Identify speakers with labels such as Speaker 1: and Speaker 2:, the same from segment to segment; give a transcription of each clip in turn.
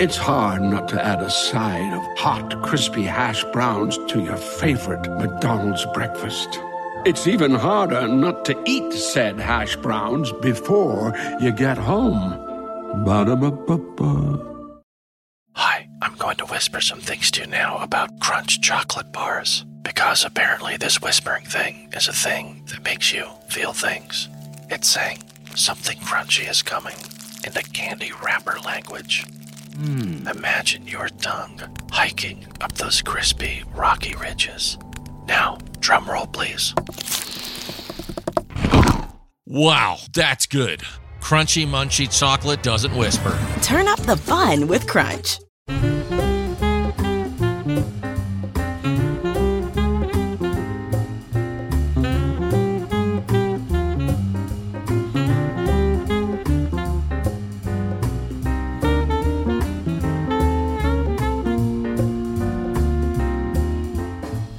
Speaker 1: It's hard not to add a side of hot, crispy hash browns to your favorite McDonald's breakfast. It's even harder not to eat said hash browns before you get home. Ba-da-ba-ba-ba.
Speaker 2: Hi, I'm going to whisper some things to you now about crunch chocolate bars. Because apparently, this whispering thing is a thing that makes you feel things. It's saying something crunchy is coming in the candy wrapper language. Imagine your tongue hiking up those crispy, rocky ridges. Now, drum roll, please.
Speaker 3: Wow, that's good. Crunchy, munchy chocolate doesn't whisper.
Speaker 4: Turn up the fun with Crunch.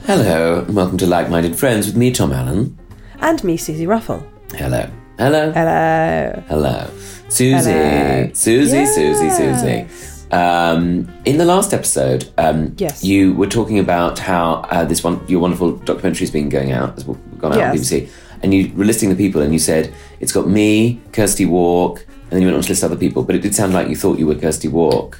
Speaker 5: Hello, and welcome to Like Minded Friends with me, Tom Allen.
Speaker 6: And me, Susie Ruffle.
Speaker 5: Hello. Hello.
Speaker 6: Hello.
Speaker 5: Hello. Susie.
Speaker 6: Uh, Hello.
Speaker 5: Susie,
Speaker 6: Yes.
Speaker 5: Susie, Susie. Um, in the last episode, um,
Speaker 6: Yes.
Speaker 5: you were talking about how uh, this one, your wonderful documentary's been going out, has gone out
Speaker 6: Yes.
Speaker 5: on BBC, and you were listing the people, and you said it's got me, Kirsty Walk, and then you went on to list other people, but it did sound like you thought you were Kirsty Walk.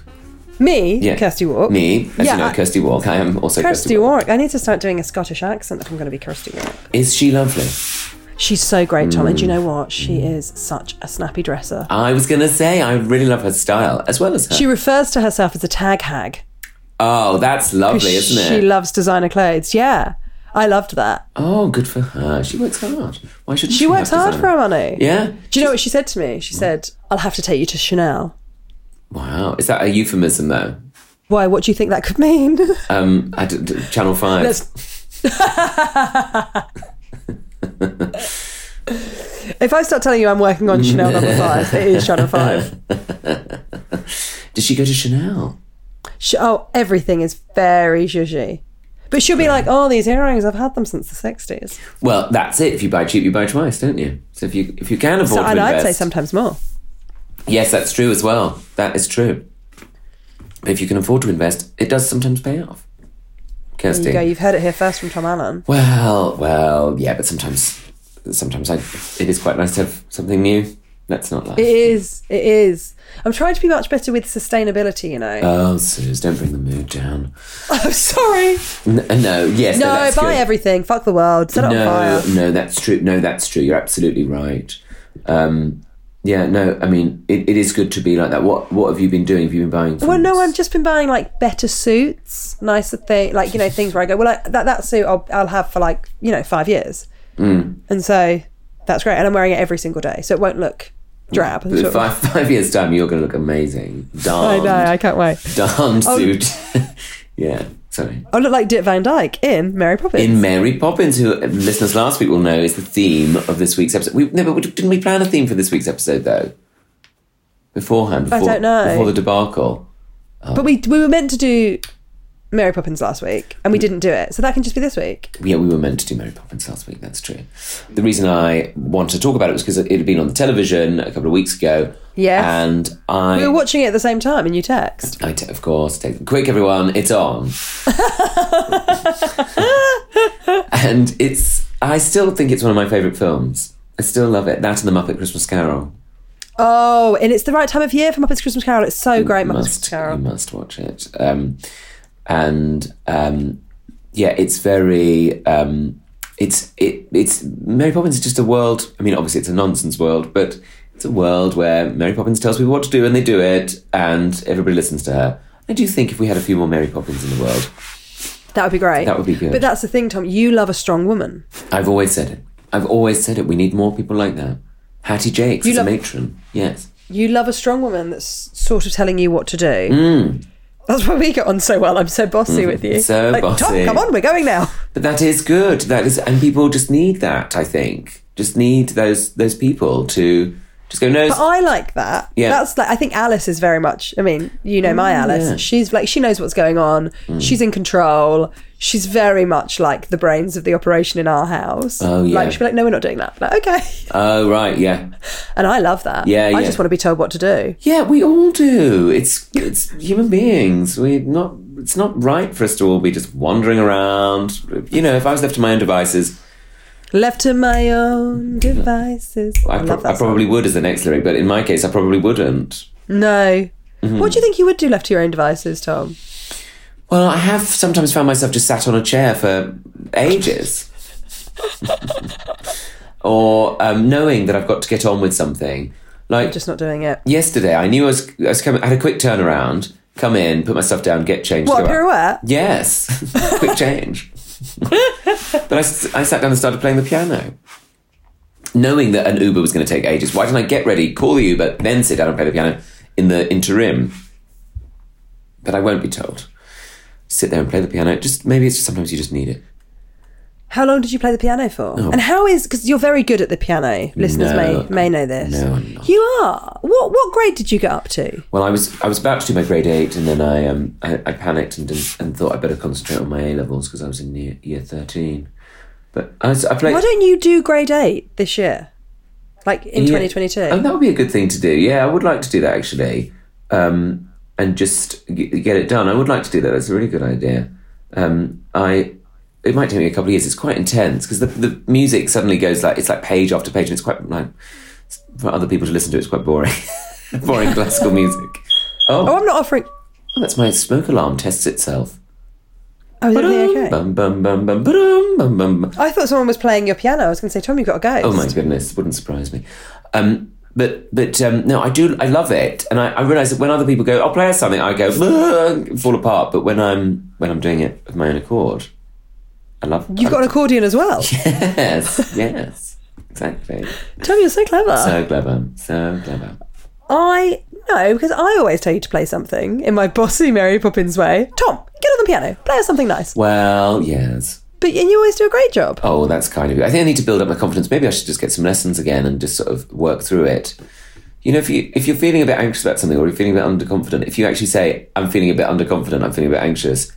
Speaker 6: Me,
Speaker 5: Yeah.
Speaker 6: Kirsty Walk.
Speaker 5: Me, as
Speaker 6: Yeah,
Speaker 5: you know,
Speaker 6: I-
Speaker 5: Kirsty Walk. I am also Kirsty,
Speaker 6: Kirsty Warwick. I need to start doing a Scottish accent if I'm going to be Kirsty Warwick.
Speaker 5: Is she lovely?
Speaker 6: She's so great, Tom. And do you know what? She
Speaker 5: Mm.
Speaker 6: is such a snappy dresser.
Speaker 5: I was going to say, I really love her style, as well as her.
Speaker 6: She refers to herself as a tag hag.
Speaker 5: Oh, that's lovely, isn't it?
Speaker 6: She loves designer clothes. Yeah. I loved that.
Speaker 5: oh, good for her. She works hard. Why should she?
Speaker 6: She works
Speaker 5: have
Speaker 6: hard for her
Speaker 5: designer?
Speaker 6: money.
Speaker 5: Yeah. Mm.
Speaker 6: Do you know what she said to me? She said, I'll have to take you to Chanel.
Speaker 5: Wow. Is that a euphemism though?
Speaker 6: Why? What do you think that could mean?
Speaker 5: Um, I d- d- Channel Five.
Speaker 6: Let's- if I start telling you I'm working on Chanel number five, it is Chanel five.
Speaker 5: Did she go to Chanel?
Speaker 6: She, oh, everything is very zhuzhy. But she'll be like, oh, these earrings, I've had them since the 60s.
Speaker 5: Well, that's it. If you buy cheap, you buy twice, don't you? So if you if you can afford
Speaker 6: So,
Speaker 5: to
Speaker 6: and I'd
Speaker 5: invest,
Speaker 6: say sometimes more.
Speaker 5: yes, that's true as well. That is true. If you can afford to invest, it does sometimes pay off. Kirsty.
Speaker 6: There you go, you've heard it here first from Tom Allen.
Speaker 5: Well, well, yeah, but sometimes, sometimes I, it is quite nice to have something new. That's not life.
Speaker 6: It is, it is. I'm trying to be much better with sustainability, you know.
Speaker 5: Oh, Suze, don't bring the mood down.
Speaker 6: I'm sorry.
Speaker 5: N- uh, no, yes, no,
Speaker 6: No,
Speaker 5: that's
Speaker 6: buy
Speaker 5: good.
Speaker 6: everything, fuck the world, set it on
Speaker 5: No,
Speaker 6: fire.
Speaker 5: no, that's true. No, that's true. You're absolutely right. Um, yeah, no, I mean, it, it is good to be like that. What What have you been doing? Have you been buying?
Speaker 6: Well, no,
Speaker 5: things?
Speaker 6: I've just been buying like better suits, nicer thing, like you know things where I go, well, I, that that suit I'll, I'll have for like you know five years,
Speaker 5: Mm.
Speaker 6: and so that's great, and I'm wearing it every single day, so it won't look drab.
Speaker 5: But in
Speaker 6: Sort of-
Speaker 5: five five years time, you're going to look amazing.
Speaker 6: I
Speaker 5: Darn,
Speaker 6: know, I Oh. can't wait.
Speaker 5: darn suit. yeah, sorry.
Speaker 6: I look like Dick Van Dyke in Mary Poppins.
Speaker 5: In Mary Poppins, who uh, listeners last week will know is the theme of this week's episode. We, no, but didn't we plan a theme for this week's episode though? Beforehand,
Speaker 6: I
Speaker 5: before,
Speaker 6: don't know.
Speaker 5: Before the debacle.
Speaker 6: but we we were meant to do Mary Poppins last week, and we didn't do it, so that can just be this week.
Speaker 5: Mm. yeah, we were meant to do Mary Poppins last week. That's true. The reason I want to talk about it was because it had been on the television a couple of weeks ago.
Speaker 6: Yes.
Speaker 5: and I,
Speaker 6: We were watching it at the same time, and you text.
Speaker 5: I t- of course, take, quick everyone, it's on. and it's, I still think it's one of my favourite films. I still love it. That and the Muppet Christmas Carol.
Speaker 6: Oh, and it's the right time of year for Muppets Christmas Carol. It's so great,
Speaker 5: You
Speaker 6: Muppets
Speaker 5: must,
Speaker 6: Christmas Carol.
Speaker 5: You must watch it. Um, and um, yeah, it's very. Um, it's it it's Mary Poppins is just a world. I mean, obviously it's a nonsense world, but it's a world where Mary Poppins tells people what to do and they do it, and everybody listens to her. I do think if we had a few more Mary Poppins in the world,
Speaker 6: That would be great.
Speaker 5: That would be good.
Speaker 6: But that's the thing, Tom. You love a strong woman.
Speaker 5: I've always said it. I've always said it. We need more people like that. Hattie Jakes
Speaker 6: You
Speaker 5: is
Speaker 6: love-
Speaker 5: a matron. Yes.
Speaker 6: you love a strong woman that's sort of telling you what to do. That's why we get on so well. I'm so bossy with you.
Speaker 5: Mm. So
Speaker 6: like,
Speaker 5: bossy.
Speaker 6: Tom, come on, we're going now.
Speaker 5: But that is good. That is, and people just need that. I think just need those those people to just go no.
Speaker 6: But I like that.
Speaker 5: Yeah. Mm,
Speaker 6: That's like I think Alice is very much. I mean, you know my Alice. She's like she knows what's going on. She's in control. She's very much like the brains of the operation in our house.
Speaker 5: Oh, yeah.
Speaker 6: Like she'll be like, no, we're not doing that. Like okay,
Speaker 5: oh right, yeah,
Speaker 6: and I love that.
Speaker 5: Yeah,
Speaker 6: I
Speaker 5: yeah.
Speaker 6: just want to be told what to do.
Speaker 5: yeah. We all do. It's it's human beings. We're not. It's not right for us to all be just wandering around. You know, if I was left to my own devices,
Speaker 6: Left to my own devices.
Speaker 5: Mm-hmm. I,
Speaker 6: I,
Speaker 5: pro-
Speaker 6: love that.
Speaker 5: I probably would as the next lyric. But in my case, I probably wouldn't.
Speaker 6: song. No.
Speaker 5: Mm-hmm.
Speaker 6: What do you think you would do left to your own devices, Tom?
Speaker 5: Well, I have sometimes found myself just sat on a chair for ages. or um, knowing that I've got to get on with something. Like
Speaker 6: Just not doing it.
Speaker 5: yesterday, I knew I was, I was coming, I had a quick turnaround, come in, put my stuff down, get changed.
Speaker 6: What a
Speaker 5: go out.
Speaker 6: pirouette!
Speaker 5: Yes, quick change. but I, s- I sat down and started playing the piano. Knowing that an Uber was going to take ages, why didn't I get ready, call the Uber, then sit down and play the piano in the interim? But I won't be told. Sit there and play the piano. Just maybe it's just sometimes you just need it.
Speaker 6: How long did you play the piano for? And how is because you're very good at the piano. Listeners
Speaker 5: Oh. No,
Speaker 6: may may know this.
Speaker 5: no, I'm not.
Speaker 6: You are. What what grade did you get up to?
Speaker 5: Well, I was I was about to do my grade eight, and then I um I, I panicked and didn't, and thought I better concentrate on my A levels because I was in year, year thirteen. But I, was, I played.
Speaker 6: Why don't you do grade eight this year? Like in
Speaker 5: Yeah.
Speaker 6: twenty twenty
Speaker 5: Oh,
Speaker 6: two.
Speaker 5: that would be a good thing to do. Yeah, I would like to do that actually, um, and just g- get it done. I would like to do that. That's a really good idea. Um, I it might take me a couple of years. It's quite intense because the the music suddenly goes like it's like page after page, and it's quite like for other people to listen to. It's quite boring, boring classical music.
Speaker 6: Oh, I'm not offering.
Speaker 5: Oh, that's my smoke alarm tests itself.
Speaker 6: Oh, is everything okay?
Speaker 5: Bum bum bum bum ba-dum, bum bum bum.
Speaker 6: I thought someone was playing your piano. I was going to say, Tom, you've got a ghost.
Speaker 5: Oh my goodness, wouldn't surprise me. Um, but but um, no, I do. I love it, and I, I realize that when other people go, "I'll play us something," I go "Ugh," fall apart. But when I'm when I'm doing it of my own accord, I love.
Speaker 6: You've got an accordion as well.
Speaker 5: yes, yes, exactly.
Speaker 6: Tom, you're so clever.
Speaker 5: So clever, so clever.
Speaker 6: I no, because I always tell you to play something in my bossy Mary Poppins way. Tom, get on the piano, play us something nice.
Speaker 5: Well, yes.
Speaker 6: But and you always do a great job.
Speaker 5: Oh, that's kind of you. I think I need to build up my confidence. Maybe I should just get some lessons again and just sort of work through it. You know, if you if you're feeling a bit anxious about something or you're feeling a bit underconfident, if you actually say, "I'm feeling a bit underconfident," "I'm feeling a bit anxious,"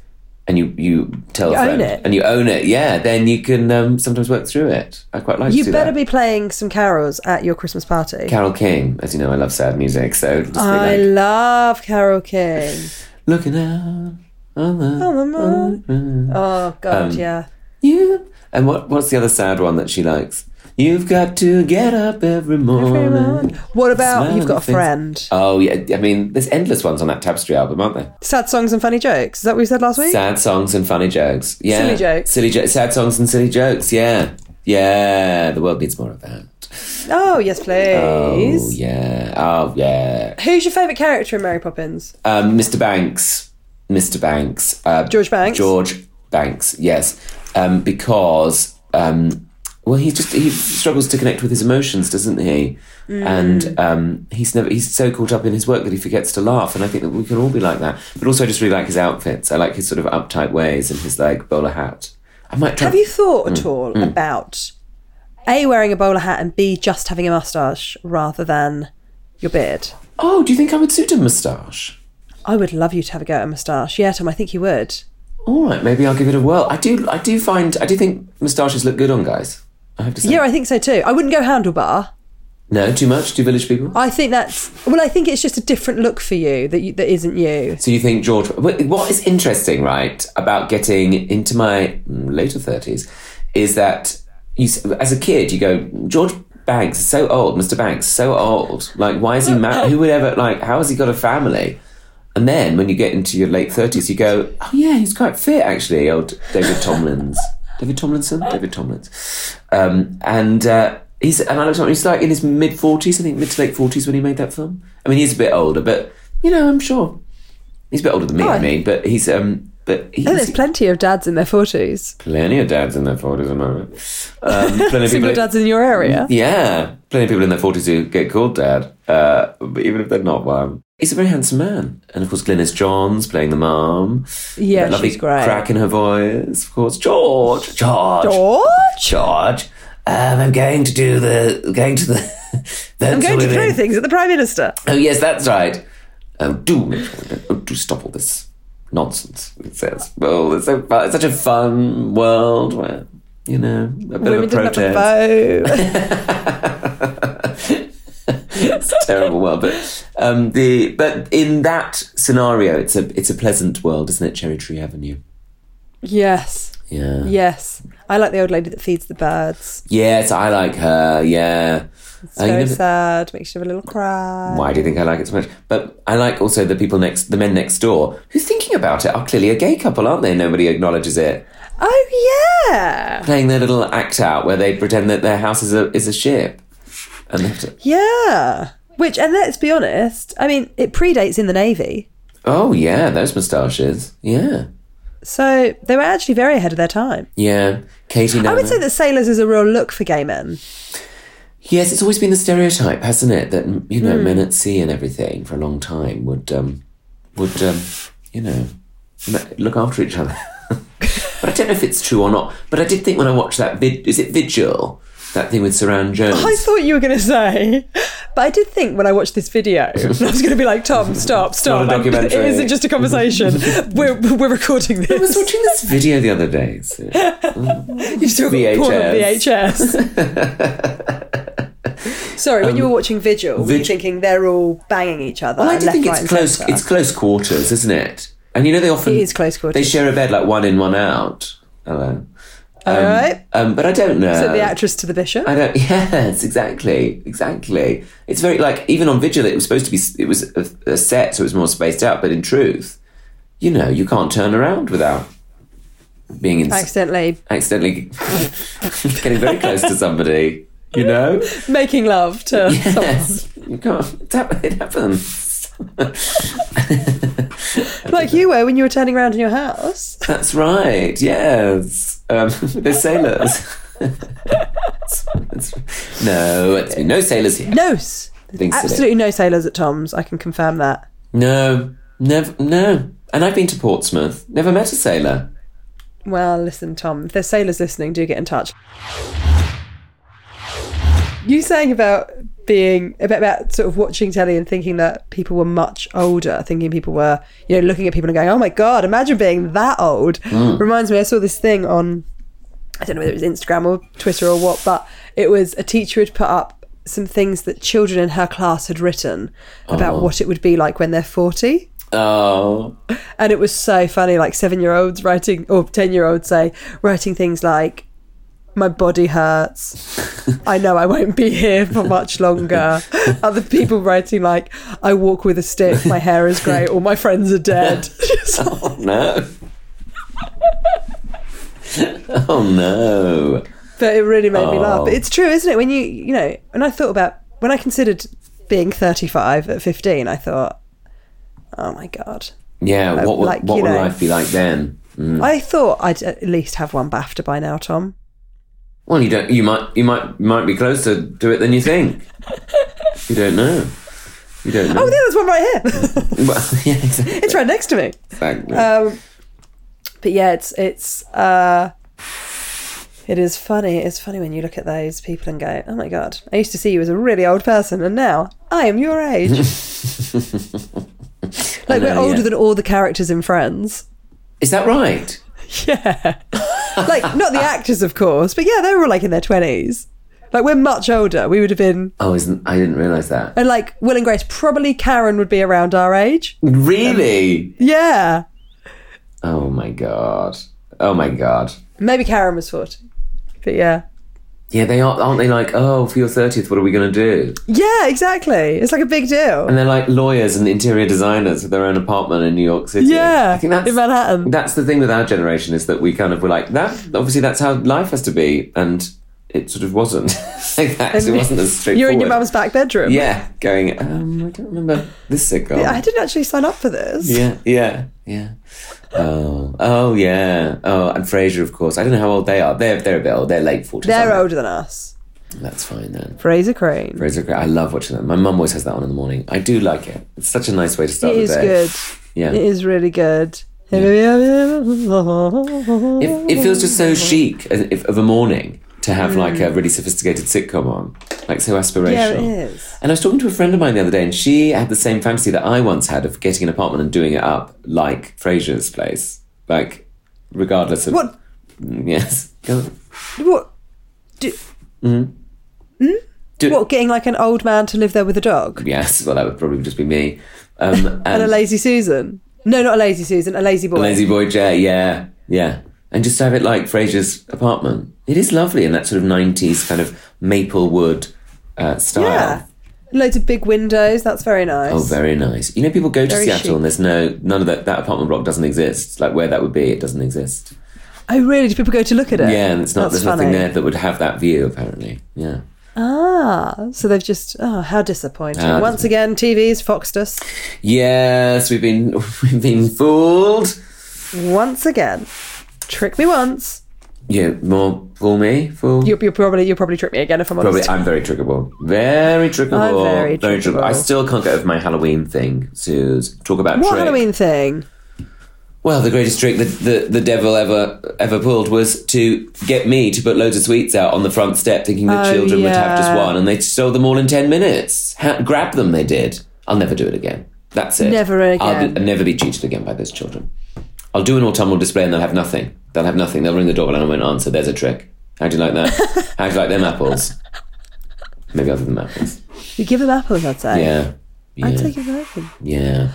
Speaker 5: and you you tell a
Speaker 6: own
Speaker 5: friend
Speaker 6: it.
Speaker 5: and you own it, yeah, then you can um, sometimes work through it. I quite like to
Speaker 6: You
Speaker 5: do
Speaker 6: better
Speaker 5: that.
Speaker 6: be playing some carols at your Christmas party.
Speaker 5: Carol King, as you know, I love sad music, so just be
Speaker 6: I
Speaker 5: like,
Speaker 6: love Carol King.
Speaker 5: looking out on the
Speaker 6: Oh, my God. Oh,
Speaker 5: Um,
Speaker 6: God, yeah.
Speaker 5: you. And what what's the other sad one that she likes? You've got to get up every morning.
Speaker 6: What about
Speaker 5: Smile
Speaker 6: You've Got a
Speaker 5: Things-
Speaker 6: Friend?
Speaker 5: Oh yeah, I mean, there's endless ones on that Tapestry album, aren't there?
Speaker 6: Sad songs and funny jokes. Is that what we said last week?
Speaker 5: Sad songs and funny jokes. Yeah,
Speaker 6: Silly jokes.
Speaker 5: silly jo- sad songs and silly jokes. Yeah, yeah. The world needs more of that.
Speaker 6: Oh, yes, please.
Speaker 5: Oh yeah, oh yeah.
Speaker 6: Who's your favourite character in Mary Poppins?
Speaker 5: Um, Mr. Banks, Mr. Banks, uh,
Speaker 6: George Banks?
Speaker 5: George Banks. Yes, um, because um, well, he just he struggles to connect with his emotions, doesn't he?
Speaker 6: Mm.
Speaker 5: And um, he's never he's so caught up in his work that he forgets to laugh. And I think that we can all be like that. But also, I just really like his outfits. I like his sort of uptight ways and his like bowler hat. I might try.
Speaker 6: Have you thought
Speaker 5: mm,
Speaker 6: at all about A, wearing a bowler hat and B, just having a moustache rather than your beard?
Speaker 5: oh, do you think I would suit a moustache?
Speaker 6: I would love you to have a go at a moustache. Yeah, Tom, I think you would.
Speaker 5: All right, maybe I'll give it a whirl. I do. I do find. I do think moustaches look good on guys. I have to say.
Speaker 6: Yeah, I think so too. I wouldn't go handlebar.
Speaker 5: No, too much. Too village people.
Speaker 6: I think that's well. I think it's just a different look for you that you, that isn't you.
Speaker 5: So you think George? wh- What is interesting, right, about getting into my mm, later thirties, is that you, s- as a kid, you go George Banks is so old, Mr. Banks so old. Like, why is he married? Who would ever like? How has he got a family? And then when you get into your late thirties, you go, oh yeah, he's quite fit actually. Old David Tomlins, David Tomlinson, David Tomlins, um, and. Uh, He's, and I looked at him, he's like in his mid 40s, I think mid to late 40s when he made that film. I mean, he's a bit older, but, you know, I'm sure He's a bit older than me, I mean, but he's um, but he's
Speaker 6: Oh, there's plenty of dads in their forties.
Speaker 5: plenty of dads in their forties at the moment. Um, plenty of
Speaker 6: Single
Speaker 5: people,
Speaker 6: dads in your area.
Speaker 5: Mm. yeah, plenty of people in their forties who get called dad. Uh, but even if they're not, wow. He's a very handsome man. And of course, Glynis Johns playing the mom.
Speaker 6: Yeah,
Speaker 5: That lovely
Speaker 6: she's great.
Speaker 5: crack in her voice. Of course, George, George,
Speaker 6: George?
Speaker 5: George. Um, I'm going to do the, going to the,
Speaker 6: I'm going to throw things at the Prime Minister.
Speaker 5: Oh yes, that's right. Oh, do, oh, do stop all this nonsense. It says, "Well, it's so fun. It's such a fun world where you know a bit of a
Speaker 6: Women didn't
Speaker 5: protest.
Speaker 6: have to vote.
Speaker 5: it's a terrible world, but um, the but in that scenario, it's a it's a pleasant world, isn't it? Cherry Tree Avenue.
Speaker 6: yes.
Speaker 5: Yeah.
Speaker 6: Yes. I like the old lady that feeds the birds.
Speaker 5: Yes, I like her. Yeah.
Speaker 6: It's
Speaker 5: Uh, you
Speaker 6: very
Speaker 5: never-
Speaker 6: sad, makes you have a little cry.
Speaker 5: why do you think I like it so much? But I like also the people next, the men next door, who thinking about it are clearly a gay couple, aren't they? Nobody acknowledges it.
Speaker 6: Oh, yeah.
Speaker 5: playing their little act out where they pretend that their house is a is a ship. And they have to,
Speaker 6: Yeah. Which, and let's be honest, I mean, it predates in the Navy.
Speaker 5: oh yeah, those moustaches. Yeah,
Speaker 6: So they were actually very ahead of their time.
Speaker 5: yeah. Katie.
Speaker 6: I would say that sailors is a real look for gay men.
Speaker 5: Yes, it's always been the stereotype, hasn't it? That you
Speaker 6: Hmm.
Speaker 5: know, men at sea and everything for a long time would um, would um, you know ma- look after each other. but I don't know if it's true or not. But I did think when I watched that vid, is it Vigil? That thing with Saran Jones.
Speaker 6: I thought you were going to say, but I did think when I watched this video, I was going to be like, Tom, stop, stop.
Speaker 5: not a
Speaker 6: Like, it
Speaker 5: documentary.
Speaker 6: isn't just a conversation. we're, we're recording
Speaker 5: I was
Speaker 6: this.
Speaker 5: watching this video the other day. so-
Speaker 6: You've still got porn on VHS. Sorry, when you were watching Vigil, were you
Speaker 5: Vig-
Speaker 6: thinking they're all banging each other?
Speaker 5: Um, Well, I
Speaker 6: and
Speaker 5: do
Speaker 6: left,
Speaker 5: think
Speaker 6: right,
Speaker 5: it's
Speaker 6: and
Speaker 5: close.
Speaker 6: centre?
Speaker 5: It's close quarters, isn't it? And you know they often
Speaker 6: It is close quarters.
Speaker 5: They share a bed, like one in, one out. Hello.
Speaker 6: all right.
Speaker 5: Um, but I don't know.
Speaker 6: So the actress to the bishop.
Speaker 5: I don't. Yes, exactly, exactly. It's very like even on Vigil, it was supposed to be. It was a, a set, so it was more spaced out. But in truth, you know, you can't turn around without being in,
Speaker 6: accidentally
Speaker 5: accidentally getting very close to somebody. You know.
Speaker 6: making love to someone.
Speaker 5: Yes. You can't. It hap- it happens.
Speaker 6: like you were when you were turning around in your house.
Speaker 5: That's right. Yes, um, they're sailors. It's- it's- no, it's, no sailors here.
Speaker 6: No, s-
Speaker 5: Being silly.
Speaker 6: absolutely no sailors at Tom's. I can confirm that.
Speaker 5: No, never. No, and I've been to Portsmouth. Never met a sailor.
Speaker 6: Well, listen, Tom, if there's sailors listening, do get in touch. You saying about being about, about sort of watching telly and thinking that people were much older, thinking people were, you know, looking at people and going, "Oh my god, imagine being that old." Reminds me, I saw this thing on, I don't know whether it was Instagram or Twitter or what, but it was a teacher had put up some things that children in her class had written about what it would be like when they're forty.
Speaker 5: Oh,
Speaker 6: And it was so funny, like seven year olds writing, or 10 year olds say, writing things like, my body hurts. I know I won't be here for much longer. Other people writing, like, I walk with a stick, my hair is grey, all my friends are dead. Just like-
Speaker 5: no. oh no.
Speaker 6: but it really made me laugh. But it's true, isn't it? When you, you know, when I thought about, when I considered being 35 at 15, I thought, oh my God.
Speaker 5: Yeah. What would
Speaker 6: Uh, like,
Speaker 5: what
Speaker 6: you
Speaker 5: would
Speaker 6: know.
Speaker 5: life be like then?
Speaker 6: I thought I'd at least have one BAFTA by now, Tom.
Speaker 5: Well, you don't. You might. You might. Might be closer to it than you think. you don't know. You don't know.
Speaker 6: Oh, there's one right here.
Speaker 5: Well, yeah, exactly.
Speaker 6: it's right next to me.
Speaker 5: Exactly.
Speaker 6: Um, but yeah, it's it's uh, it is funny. It's funny when you look at those people and go, "Oh my god, I used to see you as a really old person, and now I am your age." like we're
Speaker 5: know,
Speaker 6: older
Speaker 5: yeah.
Speaker 6: than all the characters in Friends.
Speaker 5: Is that right?
Speaker 6: Yeah, like not the actors, of course, but yeah, they were all like in their twenties. Like we're much older. We would have been,
Speaker 5: Oh, isn't I didn't realise that.
Speaker 6: and like Will and Grace, probably Karen would be around our age.
Speaker 5: Really?
Speaker 6: Yeah,
Speaker 5: Oh my god. Oh my god.
Speaker 6: maybe Karen was forty, but yeah.
Speaker 5: Yeah, they are. Aren't they like? Oh, for your thirtieth, what are we going to do?
Speaker 6: Yeah, exactly. It's like a big deal.
Speaker 5: And they're like lawyers and interior designers with their own apartment in New York City.
Speaker 6: Yeah,
Speaker 5: I think that's
Speaker 6: in Manhattan.
Speaker 5: That's the thing with our generation is that we kind of were like that. Obviously, that's how life has to be, and it sort of wasn't like that. it wasn't as straightforward.
Speaker 6: You're in your mum's back bedroom.
Speaker 5: Yeah, going. Um, I don't remember this sitcom.
Speaker 6: I didn't actually sign up for this.
Speaker 5: Yeah, yeah, yeah. Oh, oh yeah. Oh, and Frasier, of course. I don't know how old they are. They're they're a bit old. They're late forties.
Speaker 6: They're older than us.
Speaker 5: That's fine then.
Speaker 6: Fraser Crane.
Speaker 5: Fraser Crane. I love watching that. My mum always has that on in the morning. I do like it. It's such a nice way to start
Speaker 6: it
Speaker 5: the
Speaker 6: is
Speaker 5: day.
Speaker 6: good.
Speaker 5: Yeah.
Speaker 6: It is really good.
Speaker 5: It, it feels just so
Speaker 6: Mm.
Speaker 5: chic a- if, of a morning to have like a really sophisticated sitcom on, like so aspirational.
Speaker 6: Yeah, it is.
Speaker 5: And I was talking to a friend of mine the other day, and she had the same fantasy that I once had of getting an apartment and doing it up like Fraser's place, like regardless of
Speaker 6: What?
Speaker 5: Mm, Yes, go on.
Speaker 6: What? Do,
Speaker 5: Do-
Speaker 6: what? Getting like an old man to live there with a dog
Speaker 5: Yes, well, that would probably just be me. Um, and,
Speaker 6: and a lazy Susan? No, not a lazy Susan. A lazy boy.
Speaker 5: lazy boy Jay, yeah, yeah, and just have it like Fraser's apartment. It is lovely in that sort of '90s kind of maple wood uh, style.
Speaker 6: yeah. Loads of big windows. That's very nice.
Speaker 5: Oh, very nice. You know, people go to
Speaker 6: Very
Speaker 5: Seattle
Speaker 6: chic.
Speaker 5: and there's no none of that. That apartment block doesn't exist. Like where that would be, it doesn't exist.
Speaker 6: oh, really? Do people go to look at it?
Speaker 5: Yeah, and it's not.
Speaker 6: That's
Speaker 5: there's nothing
Speaker 6: funny.
Speaker 5: there that would have that view. Apparently, yeah.
Speaker 6: Ah, so they've just. Oh, how disappointing.
Speaker 5: How
Speaker 6: Once again, TV's foxed us.
Speaker 5: Yes, we've been we've been fooled.
Speaker 6: Once again. Trick me once.
Speaker 5: Yeah, more fool me, fool.
Speaker 6: You'll, you'll probably you'll probably trick me again if I'm
Speaker 5: Probably,
Speaker 6: honest.
Speaker 5: I'm very triggerable. Very triggerable.
Speaker 6: I'm very triggerable.
Speaker 5: I still can't get over my Halloween thing. To talk about
Speaker 6: what
Speaker 5: trick.
Speaker 6: Halloween thing?
Speaker 5: Well, the greatest trick that the, the devil ever ever pulled was to get me to put loads of sweets out on the front step, thinking the
Speaker 6: Oh,
Speaker 5: children would have just
Speaker 6: yeah.
Speaker 5: one, and they stole them all in ten minutes. Ha- grab them, they did. I'll never do it again. That's it.
Speaker 6: Never
Speaker 5: I'll,
Speaker 6: again.
Speaker 5: be, I'll never be cheated again by those children. I'll do an autumnal display, and they'll have nothing. They'll have nothing. They'll ring the doorbell, and I won't answer. There's a trick. How do you like that? How do you like them apples? Maybe I'll give them apples.
Speaker 6: You give them apples, I'd say.
Speaker 5: Yeah.
Speaker 6: I'd
Speaker 5: Yeah.
Speaker 6: take it open.
Speaker 5: Yeah.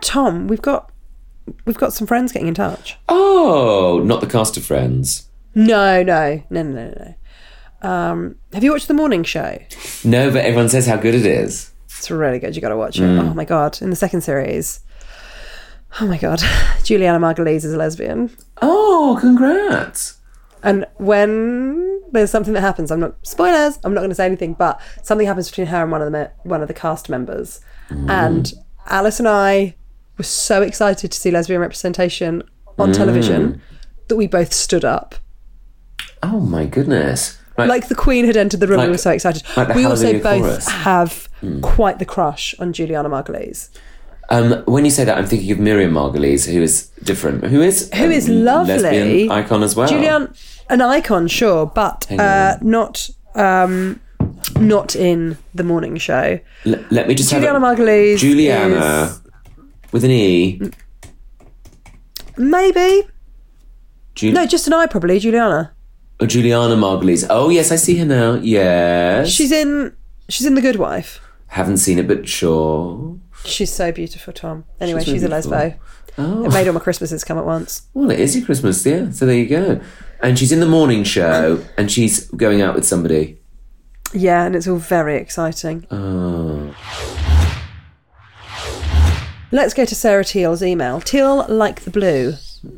Speaker 6: Tom, we've got we've got some friends getting in touch.
Speaker 5: Oh, not the cast of Friends.
Speaker 6: No, no, no, no, no, no. Um, have you watched the morning show?
Speaker 5: No, but everyone says how good it is.
Speaker 6: It's really good. You got to watch it.
Speaker 5: Mm.
Speaker 6: Oh my god! In the second series, oh my god, Juliana Margulies is a lesbian,
Speaker 5: Oh, congrats.
Speaker 6: and when there's something that happens, I'm not spoilers. I'm not going to say anything, but something happens between her and one of the me- one of the cast members,
Speaker 5: Mm.
Speaker 6: and Alice and I were so excited to see lesbian representation
Speaker 5: Mm.
Speaker 6: on television that we both stood up.
Speaker 5: Oh my goodness. Right.
Speaker 6: like the Queen had entered the room.
Speaker 5: Like-
Speaker 6: we were so excited.
Speaker 5: like the
Speaker 6: we also
Speaker 5: Hallelujah
Speaker 6: both
Speaker 5: chorus. Mm.
Speaker 6: have quite the crush on Juliana Margulies,
Speaker 5: um, when you say that, I'm thinking of Miriam Margulies, who is different, who is um,
Speaker 6: who is lovely,
Speaker 5: lesbian icon as well.
Speaker 6: Julian, an icon, sure, but uh, not um, not in the morning show.
Speaker 5: L- let me just
Speaker 6: Juliana
Speaker 5: have a-
Speaker 6: Margulies,
Speaker 5: Juliana
Speaker 6: is-
Speaker 5: with an E.
Speaker 6: maybe
Speaker 5: Ju-
Speaker 6: no, just an eye probably. Juliana,
Speaker 5: oh, Juliana Margulies. Oh yes, I see her now. Yes,
Speaker 6: she's in she's in The Good Wife.
Speaker 5: haven't seen it, but sure.
Speaker 6: She's so beautiful, Tom. Anyway,
Speaker 5: She's
Speaker 6: she's,
Speaker 5: really
Speaker 6: a lesbo.
Speaker 5: Oh.
Speaker 6: It made all my Christmases come at once.
Speaker 5: Well, it is your Christmas, yeah. So there you go. And she's in the morning show, and she's going out with somebody.
Speaker 6: Yeah, and it's all very exciting.
Speaker 5: Oh.
Speaker 6: Let's go to Sarah Teal's email. Teal like the blue.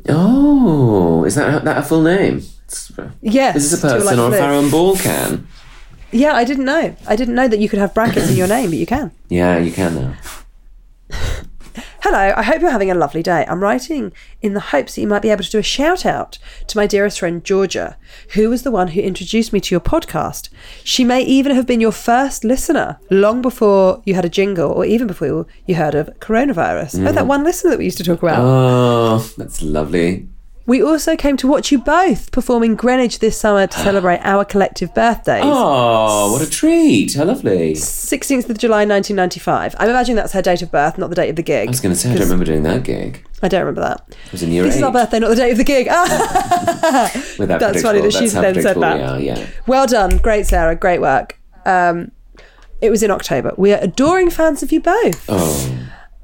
Speaker 5: Oh, is that that a full name? It's- uh,
Speaker 6: Yes.
Speaker 5: Is this a
Speaker 6: Teal
Speaker 5: person
Speaker 6: like
Speaker 5: or a
Speaker 6: the blue.
Speaker 5: Farron Ball can?
Speaker 6: Yeah, I didn't know. I didn't know that you could have brackets in your name, but you can.
Speaker 5: Yeah, you can now.
Speaker 6: Hello, I hope you're having a lovely day. I'm writing in the hopes that you might be able to do a shout out to my dearest friend Georgia, who was the one who introduced me to your podcast. She may even have been your first listener long before you had a jingle or even before you heard of coronavirus. Oh,
Speaker 5: Mm.
Speaker 6: that one listener that we used to talk about.
Speaker 5: Oh, that's lovely.
Speaker 6: We also came to watch you both perform in Greenwich this summer to celebrate our collective birthdays.
Speaker 5: Oh, what a treat! How lovely. I
Speaker 6: 16th of July 1995. I'm imagining that's her date of birth, not the date of the gig. I
Speaker 5: was going to say I don't remember doing that gig.
Speaker 6: I don't remember that.
Speaker 5: It was in year
Speaker 6: This
Speaker 5: eight.
Speaker 6: is our birthday, not the date of the gig. Ah!
Speaker 5: With that
Speaker 6: That's funny
Speaker 5: predictable-
Speaker 6: that she's
Speaker 5: how
Speaker 6: then said
Speaker 5: predictable
Speaker 6: that.
Speaker 5: we are, yeah.
Speaker 6: well done. Great, Sarah. Great work. Um, it was in October. We are adoring fans of you both.
Speaker 5: Oh,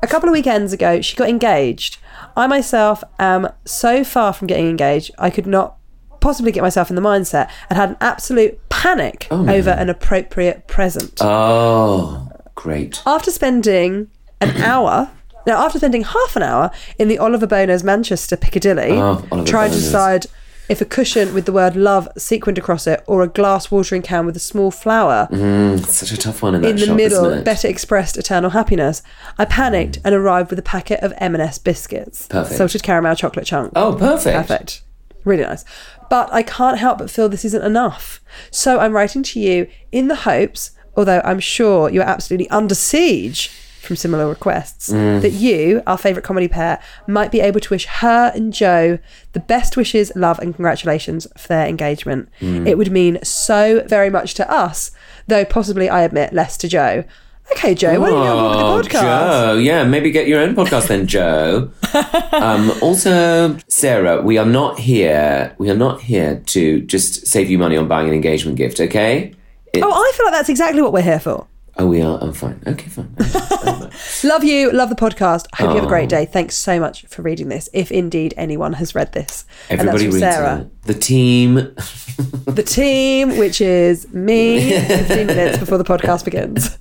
Speaker 6: A couple of weekends ago, she got engaged. I myself am so far from getting engaged, I could not possibly get myself in the mindset and had an absolute panic over an appropriate present.
Speaker 5: oh, great.
Speaker 6: After spending an hour, now after spending half an hour in the Oliver Bono's Manchester Piccadilly,
Speaker 5: Oh, Oliver
Speaker 6: trying to
Speaker 5: Boner's.
Speaker 6: decide if a cushion with the word love sequined across it or a glass watering can with a small flower
Speaker 5: It's such a tough one in Mm-hmm. that
Speaker 6: in the
Speaker 5: shop, isn't
Speaker 6: middle
Speaker 5: it? Mm.
Speaker 6: better expressed eternal happiness, I panicked and arrived with a packet of M&S biscuits,
Speaker 5: Perfect.
Speaker 6: salted caramel chocolate chunk.
Speaker 5: Oh, perfect.
Speaker 6: Perfect. really nice. But I can't help but feel this isn't enough. So I'm writing to you in the hopes, although I'm sure you're absolutely under siege from similar requests, that you, our favourite comedy pair, might be able to wish her and Joe the best wishes, love, and congratulations for their engagement. It would mean so very much to us, though possibly, I admit, less to Joe. Okay, Joe, why don't you get on
Speaker 5: Oh,
Speaker 6: board with the podcast?
Speaker 5: Joe, yeah, maybe get your own podcast then, Joe. um, also, Sarah, we are not here. We are not here to just save you money on buying an engagement gift. Okay? It-
Speaker 6: Oh, I feel like that's exactly what we're here for.
Speaker 5: oh, we are. Oh, fine. Okay, fine.
Speaker 6: Love you. Love the podcast. Hope you have a great day. Thanks so much for reading this. If indeed anyone has read this,
Speaker 5: Everybody
Speaker 6: and
Speaker 5: reads
Speaker 6: that's from Sarah.
Speaker 5: it. The team.
Speaker 6: The team, which is me, 15 minutes before the podcast begins.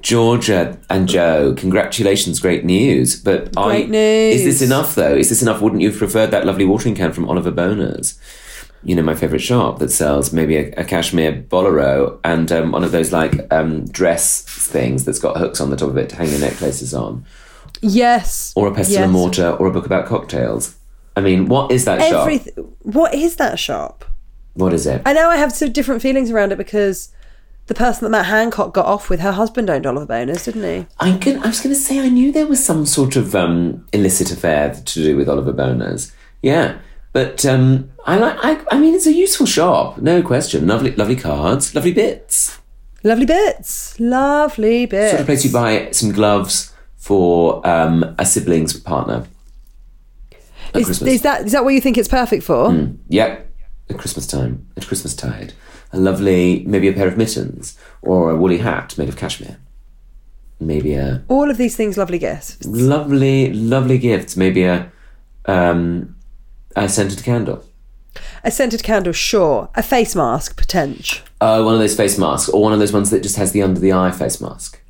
Speaker 5: Georgia and Joe, congratulations, great news. But are
Speaker 6: Great
Speaker 5: you-
Speaker 6: news.
Speaker 5: Is this enough though? Is this enough? Wouldn't you have preferred that lovely watering can from Oliver Boner's? You know, my favourite shop that sells maybe a, a cashmere bolero and um, one of those like um, dress things that's got hooks on the top of it to hang your necklaces on,
Speaker 6: Yes.
Speaker 5: or a pestle
Speaker 6: yes.
Speaker 5: and mortar, or a book about cocktails. I mean, what is that shop?
Speaker 6: Everything. What is that shop?
Speaker 5: What is it?
Speaker 6: I know I have some different feelings around it because the person that Matt Hancock got off with, her husband owned Oliver Boners, didn't he?
Speaker 5: I, can, I was going to say I knew there was some sort of um, illicit affair to do with Oliver Boners. Yeah, but um, I like. I, I mean, it's a useful shop, no question. Lovely, lovely cards, lovely bits.
Speaker 6: Lovely bits. Lovely bits.
Speaker 5: Sort of place you buy some gloves for um, a sibling's partner. At
Speaker 6: is,
Speaker 5: Christmas. Hmm.
Speaker 6: is that is that what you think it's perfect for?
Speaker 5: Yep. At Christmas time, at Christmas tide, a lovely maybe a pair of mittens or a woolly hat made of cashmere. Maybe a
Speaker 6: All of these things, lovely gifts.
Speaker 5: lovely, lovely gifts. Maybe a um, a scented candle.
Speaker 6: A scented candle, sure. A face mask, potential.
Speaker 5: Oh, one of those face masks, or one of those ones that just has the under the eye face mask,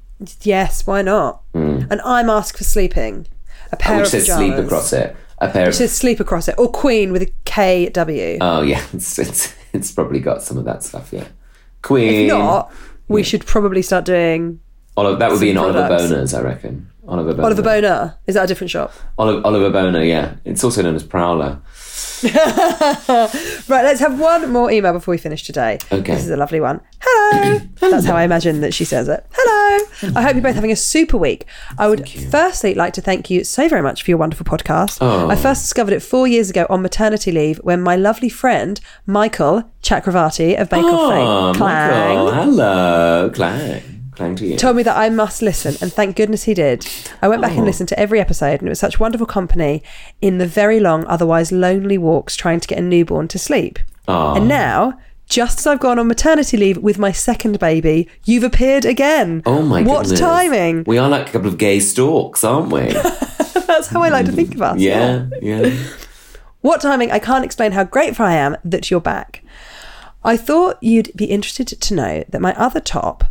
Speaker 6: Yes, why not? An eye mask for sleeping. A pair
Speaker 5: Mm. which
Speaker 6: of
Speaker 5: says
Speaker 6: pajamas.
Speaker 5: sleep across it. A pair
Speaker 6: It
Speaker 5: of
Speaker 6: says sleep across it. Or queen with a KW.
Speaker 5: oh yeah, it's, it's it's probably got some of that stuff. Yeah, Queen.
Speaker 6: if not, we should probably start doing
Speaker 5: Oliver, that would be an
Speaker 6: some
Speaker 5: Oliver
Speaker 6: products.
Speaker 5: Boner's, I reckon. Oliver Boner.
Speaker 6: Oliver Boner. Is that a different shop?
Speaker 5: Oli- Oliver Boner. Yeah, it's also known as Prowler.
Speaker 6: Right, let's have one more email before we finish today.
Speaker 5: Okay.
Speaker 6: This is a lovely one. Hello. That's how I imagine that she says it. Hello. I hope you're both having a super week. I would firstly like to thank you so very much for your wonderful podcast. I first discovered it four years ago on maternity leave when my lovely friend, Michael Chakravarti of Bake Off
Speaker 5: Oh,
Speaker 6: fame, Clang,
Speaker 5: Michael. Hello, Clang. Clang to you.
Speaker 6: told me that I must listen, and thank goodness he did. I went
Speaker 5: Oh.
Speaker 6: back and listened to every episode, and it was such wonderful company in the very long, otherwise lonely walks trying to get a newborn to sleep. And now, just as I've gone on maternity leave with my second baby, you've appeared again.
Speaker 5: Oh my
Speaker 6: what
Speaker 5: goodness.
Speaker 6: What timing!
Speaker 5: We are like a couple of gay storks, aren't we?
Speaker 6: That's how I like to think of us.
Speaker 5: yeah, yeah.
Speaker 6: What timing? I can't explain how grateful I am that you're back. I thought you'd be interested to know that my other top,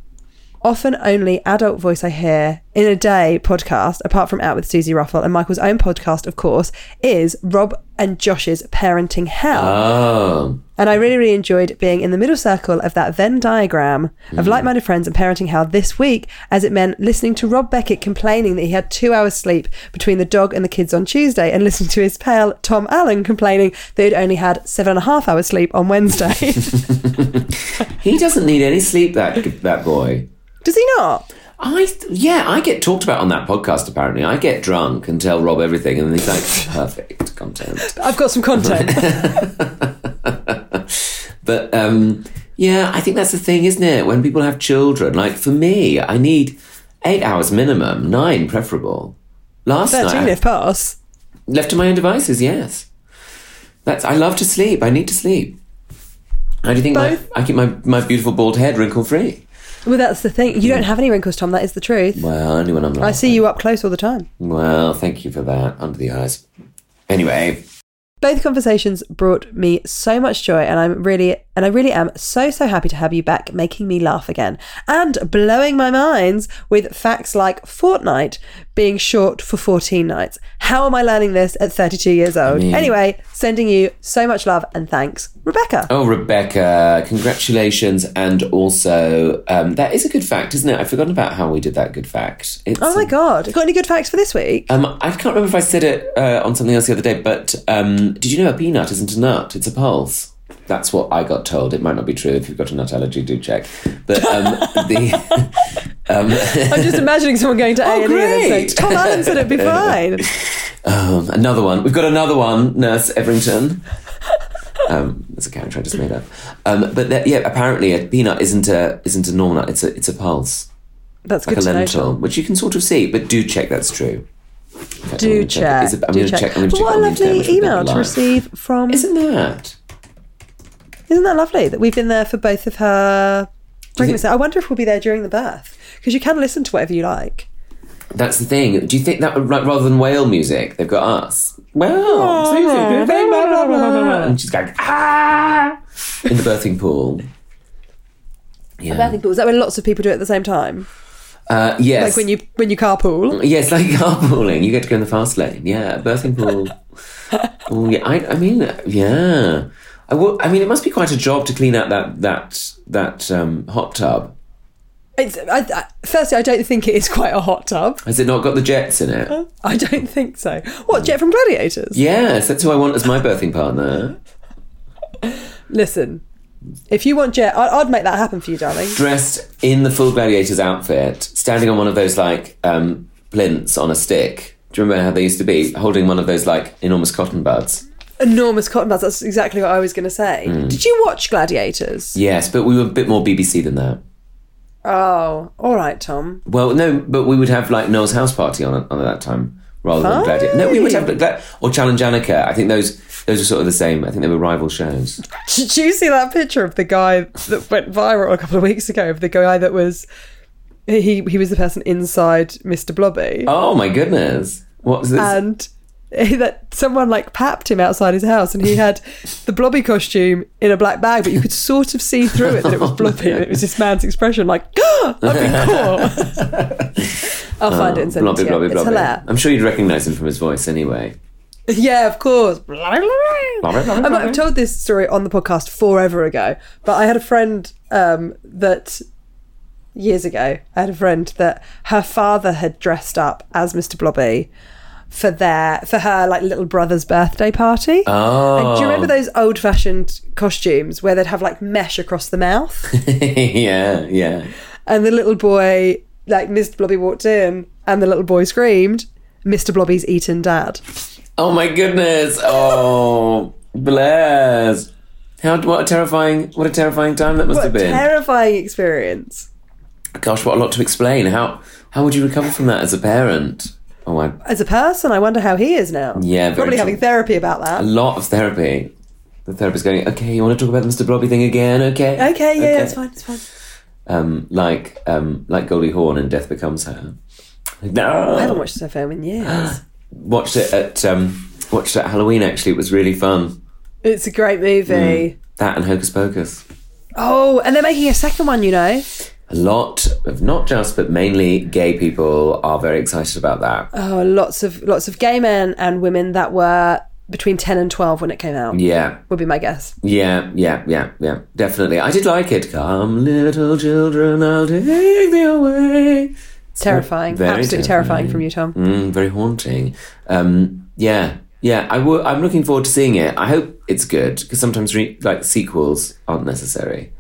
Speaker 6: often only adult voice I hear in a day podcast, apart from Out with Susie Ruffle and Michael's own podcast, of course, is Rob and Josh's Parenting Hell.
Speaker 5: Oh,
Speaker 6: And I really, really enjoyed being in the middle circle of that Venn diagram of like minded friends and parenting hell this week, as it meant listening to Rob Beckett complaining that he had two hours sleep between the dog and the kids on Tuesday, and listening to his pal Tom Allen complaining that he'd only had seven and a half hours sleep on Wednesday.
Speaker 5: he doesn't need any sleep. That that boy.
Speaker 6: Does he not?
Speaker 5: I yeah, I get talked about on that podcast. Apparently, I get drunk and tell Rob everything, and he's like, "Perfect content."
Speaker 6: I've got some content.
Speaker 5: But um, yeah, I think that's the thing, isn't it? When people have children, like for me, I need eight hours minimum, nine preferable. Last
Speaker 6: 13
Speaker 5: night,
Speaker 6: if pass.
Speaker 5: left to my own devices, yes. That's I love to sleep. I need to sleep. How do you think my,
Speaker 6: Both-
Speaker 5: I keep my, my beautiful bald head wrinkle free?
Speaker 6: Well, that's the thing. You don't have any wrinkles, Tom. That is the truth.
Speaker 5: Well, only when I'm
Speaker 6: I
Speaker 5: laughing.
Speaker 6: see you up close all the time.
Speaker 5: Well, thank you for that. Under the eyes. Anyway,
Speaker 6: Both conversations brought me so much joy and I'm really and I really am so so happy to have you back making me laugh again and blowing my minds with facts like fortnight being short for 14 nights. How am I learning this at 32 years old? Anyway, sending you so much love and thanks. Rebecca.
Speaker 5: Oh, Rebecca, congratulations. And also, um, that is a good fact, isn't it? I've forgotten about how we did that good fact. It's,
Speaker 6: Oh my god. Got any good facts for this week?
Speaker 5: Um, I can't remember if I said it uh, on something else the other day, but um, Um, did you know a peanut isn't a nut? It's a pulse. That's what I got told. It might not be true. If you've got a nut allergy, do check. But um, the
Speaker 6: I'm just imagining someone going to A and E and saying,
Speaker 5: great.
Speaker 6: "Tom Allen said it'd be fine."
Speaker 5: um, another one. We've got another one, Nurse Everington. Um, that's a character I just made up. Um, but that, yeah, apparently a peanut isn't a isn't a normal nut. It's a it's a pulse.
Speaker 6: That's
Speaker 5: like
Speaker 6: good
Speaker 5: a
Speaker 6: to know.
Speaker 5: lentil,
Speaker 6: Tom.
Speaker 5: which you can sort of see, but do check that's true. In fact, I'm
Speaker 6: Do
Speaker 5: gonna
Speaker 6: check.
Speaker 5: Is it- I'm
Speaker 6: do
Speaker 5: going to
Speaker 6: check.
Speaker 5: check. I'm going to
Speaker 6: But
Speaker 5: check.
Speaker 6: what a
Speaker 5: on the internet, which
Speaker 6: lovely
Speaker 5: we've
Speaker 6: email
Speaker 5: been
Speaker 6: to
Speaker 5: live.
Speaker 6: receive from. Isn't,
Speaker 5: Isn't that?
Speaker 6: that lovely that we've been there for both of her pregnancy? I wonder if we'll be there during the birth because you can listen to whatever you like.
Speaker 5: That's the thing. Do you think that right, rather than whale music, they've got us?
Speaker 6: Oh.
Speaker 5: Well, Susie, do you think blah, blah, blah, blah, blah. and she's going ah in the birthing pool.
Speaker 6: I think, but was that when lots of people do it at the same time?
Speaker 5: Uh, yes,
Speaker 6: Like when you when you carpool.
Speaker 5: Yes, like carpooling. You get to go in the fast lane. Yeah, birthing pool. oh, yeah. I, I mean, yeah. I wo- I mean, it must be quite a job to clean out that that that um, hot tub.
Speaker 6: It's, I, I, firstly, I don't think it is quite a hot tub.
Speaker 5: Has it not got the jets in it?
Speaker 6: I don't think so. What Jet from Gladiators?
Speaker 5: Yes, that's who I want as my birthing partner.
Speaker 6: Listen, if you want Jet, I, I'd make that happen for you, darling.
Speaker 5: Dressed in the full gladiator's outfit, standing on one of those like um, plinths on a stick. Do you remember how they used to be? Holding one of those like enormous cotton buds.
Speaker 6: Enormous cotton buds. That's exactly what I was going to say. Did you watch Gladiators?
Speaker 5: Yes, but we were a bit more BBC than that.
Speaker 6: Oh, all right, Tom.
Speaker 5: Well, no, but we would have like Noel's house party on on at that time rather than Gladiator. No, we would have Glad- or Challenge Annika. I think those those were sort of the same. I think they were rival shows.
Speaker 6: Did you see that picture of the guy that went viral a couple of weeks ago? Of the guy that was he he was the person inside Mr. Blobby,
Speaker 5: Oh my goodness, what's this?
Speaker 6: and that someone like papped him outside his house, and he had the Blobby costume in a black bag, but you could sort of see through it that
Speaker 5: Oh
Speaker 6: it was Blobby, and it was this man's expression like I've been caught. I'll find it and send
Speaker 5: Blobby,
Speaker 6: it to you.
Speaker 5: blobby,
Speaker 6: it's
Speaker 5: blobby.
Speaker 6: hilarious.
Speaker 5: I'm sure you'd recognise him from his voice anyway.
Speaker 6: Yeah, of course. I might have told this story on the podcast forever ago, but I had a friend um, that years ago, I had a friend that her father had dressed up as Mr. Blobby for their for her like little brother's birthday party.
Speaker 5: Oh.
Speaker 6: And do you remember those old fashioned costumes where they'd have like mesh across the mouth?
Speaker 5: yeah, yeah.
Speaker 6: and the little boy like Mr. Blobby walked in and the little boy screamed, Mr. Blobby's eaten dad.
Speaker 5: Oh my goodness. Oh, bless. How what a terrifying what a terrifying time that must
Speaker 6: What a
Speaker 5: have been.
Speaker 6: terrifying experience.
Speaker 5: Gosh, what a lot to explain. How how would you recover from that as a parent? Oh, I
Speaker 6: as a person, I wonder how he is now.
Speaker 5: Yeah, very
Speaker 6: probably
Speaker 5: true.
Speaker 6: having therapy about
Speaker 5: a
Speaker 6: that.
Speaker 5: lot of therapy. The therapist going, okay, you want to talk about the Mr. Blobby thing again? Okay.
Speaker 6: Okay, yeah, yeah, it's fine, it's fine.
Speaker 5: Um, like, um, like Goldie Hawn in Death Becomes Her. Like,
Speaker 6: I haven't
Speaker 5: No.
Speaker 6: watched that film in years.
Speaker 5: Watched it at um, watched it at Halloween. Actually, it was really fun.
Speaker 6: it's a great movie.
Speaker 5: That and Hocus Pocus.
Speaker 6: Oh, and they're making a second one, you know.
Speaker 5: A lot of not just, but mainly gay people are very excited about that.
Speaker 6: Oh, lots of lots of gay men and women that were between ten and twelve when it came out.
Speaker 5: Yeah,
Speaker 6: Would be my guess.
Speaker 5: yeah, yeah, yeah, yeah. Definitely, I did like it. Come, little children, I'll take thee away.
Speaker 6: Terrifying,
Speaker 5: very
Speaker 6: absolutely terrifying. from you, Tom.
Speaker 5: Mm, very haunting. Um, yeah, yeah. I w- I'm looking forward to seeing it. I hope it's good because sometimes re- like sequels aren't necessary.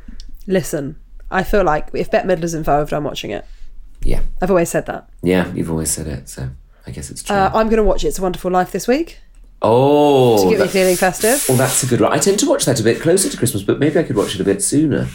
Speaker 6: Listen, I feel like if Bette Midler's involved, I'm watching it.
Speaker 5: Yeah,
Speaker 6: I've always said that.
Speaker 5: yeah. You've always said it, so I guess it's true.
Speaker 6: Uh, I'm going to watch It's a Wonderful Life this week.
Speaker 5: Mm. oh,
Speaker 6: Get me
Speaker 5: that-
Speaker 6: feeling festive.
Speaker 5: oh, that's a good one. I tend to watch that a bit closer to Christmas, but maybe I could watch it a bit sooner.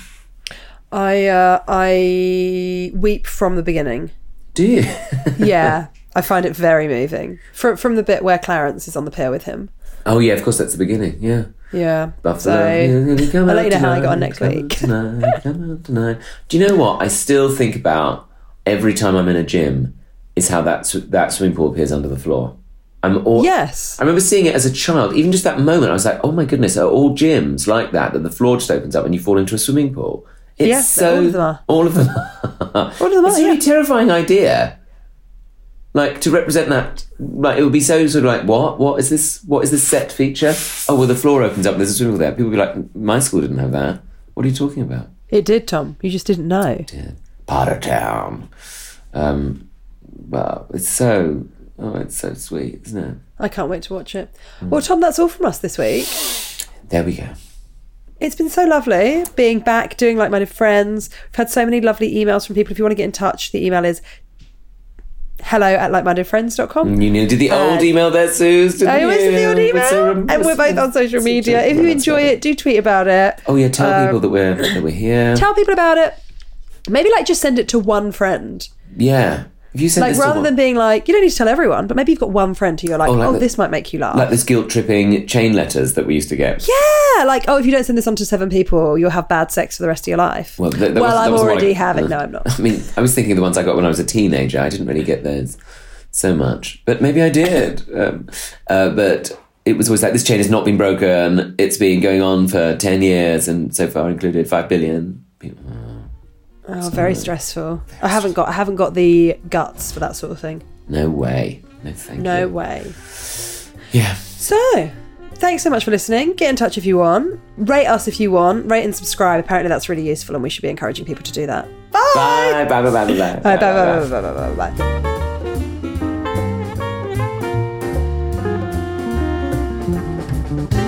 Speaker 6: I uh, I weep from the beginning.
Speaker 5: Do you?
Speaker 6: yeah, I find it very moving. From from the bit where Clarence is on the pier with him.
Speaker 5: oh, yeah. Of course, that's the beginning. Yeah.
Speaker 6: Yeah.
Speaker 5: Buffalo.
Speaker 6: so
Speaker 5: Come
Speaker 6: I'll
Speaker 5: out
Speaker 6: let you know how I got
Speaker 5: tonight,
Speaker 6: on next
Speaker 5: come out
Speaker 6: week.
Speaker 5: tonight, come out tonight. Do you know what I still think about every time I'm in a gym is how that sw- that swimming pool appears under the floor. I'm all,
Speaker 6: Yes.
Speaker 5: I remember seeing it as a child. Even just that moment, I was like, "Oh my goodness!" Are all gyms like that that the floor just opens up and you fall into a swimming pool? It's
Speaker 6: Yeah,
Speaker 5: so
Speaker 6: all of them are.
Speaker 5: All of them. All of
Speaker 6: them
Speaker 5: It's
Speaker 6: are,
Speaker 5: a really
Speaker 6: yeah.
Speaker 5: terrifying idea. Like to represent that, like it would be so sort of like, what? What is this? What is this set feature? Oh, well, the floor opens up. There's a swimming pool there. People would be like, my school didn't have that. What are you talking about?
Speaker 6: It did, Tom. You just didn't know.
Speaker 5: Potter Town. Um, well, it's so. Oh, Oh, it's so sweet, isn't it?
Speaker 6: I can't wait to watch it.
Speaker 5: Mm.
Speaker 6: Well, Tom, that's all from us this week.
Speaker 5: There we go.
Speaker 6: It's been so lovely being back, doing like minded friends. We've had so many lovely emails from people. If you want to get in touch, the email is hello at likemindedfriends.com.
Speaker 5: You knew did the old email there, Suze. didn't
Speaker 6: I always
Speaker 5: you?
Speaker 6: do Oh, the old
Speaker 5: Mm. It's
Speaker 6: email.
Speaker 5: so rem-
Speaker 6: and we're both on social media. If you enjoy it, do tweet about it.
Speaker 5: Oh yeah, tell people that we're that we're here.
Speaker 6: Tell people about it. Maybe like just send it to one friend.
Speaker 5: yeah. If you send
Speaker 6: Like
Speaker 5: this to
Speaker 6: rather
Speaker 5: one-
Speaker 6: than being like, you don't need to tell everyone, but maybe you've got one friend who you're like, oh,
Speaker 5: like the-
Speaker 6: this might make you laugh.
Speaker 5: like this guilt tripping chain letters that we used to get.
Speaker 6: yeah, like oh, if you don't send this on to seven people, you'll have bad sex for the rest of your life.
Speaker 5: Well, th- that was-
Speaker 6: well,
Speaker 5: that
Speaker 6: I'm
Speaker 5: was what I-
Speaker 6: already having.
Speaker 5: uh,
Speaker 6: No, I'm not.
Speaker 5: I mean, I was thinking of the ones I got when I was a teenager. I didn't really get those so much, but maybe I did. Um, uh, but it was always like this chain has not been broken. It's been going on for ten years, and so far included five billion people.
Speaker 6: Oh, very stressful. I haven't got I haven't got the guts for that sort of thing.
Speaker 5: No way. No thank
Speaker 6: No
Speaker 5: you.
Speaker 6: way.
Speaker 5: Yeah.
Speaker 6: So, thanks so much for listening. Get in touch if you want. Rate us if you want. Rate and subscribe. Apparently that's really useful and we should be encouraging people to do that. Bye.
Speaker 5: Bye. Bye. Bye. Bye. Bye. Bye.
Speaker 6: Bye, bye, bye, bye, bye, bye, bye, bye.
Speaker 7: Thank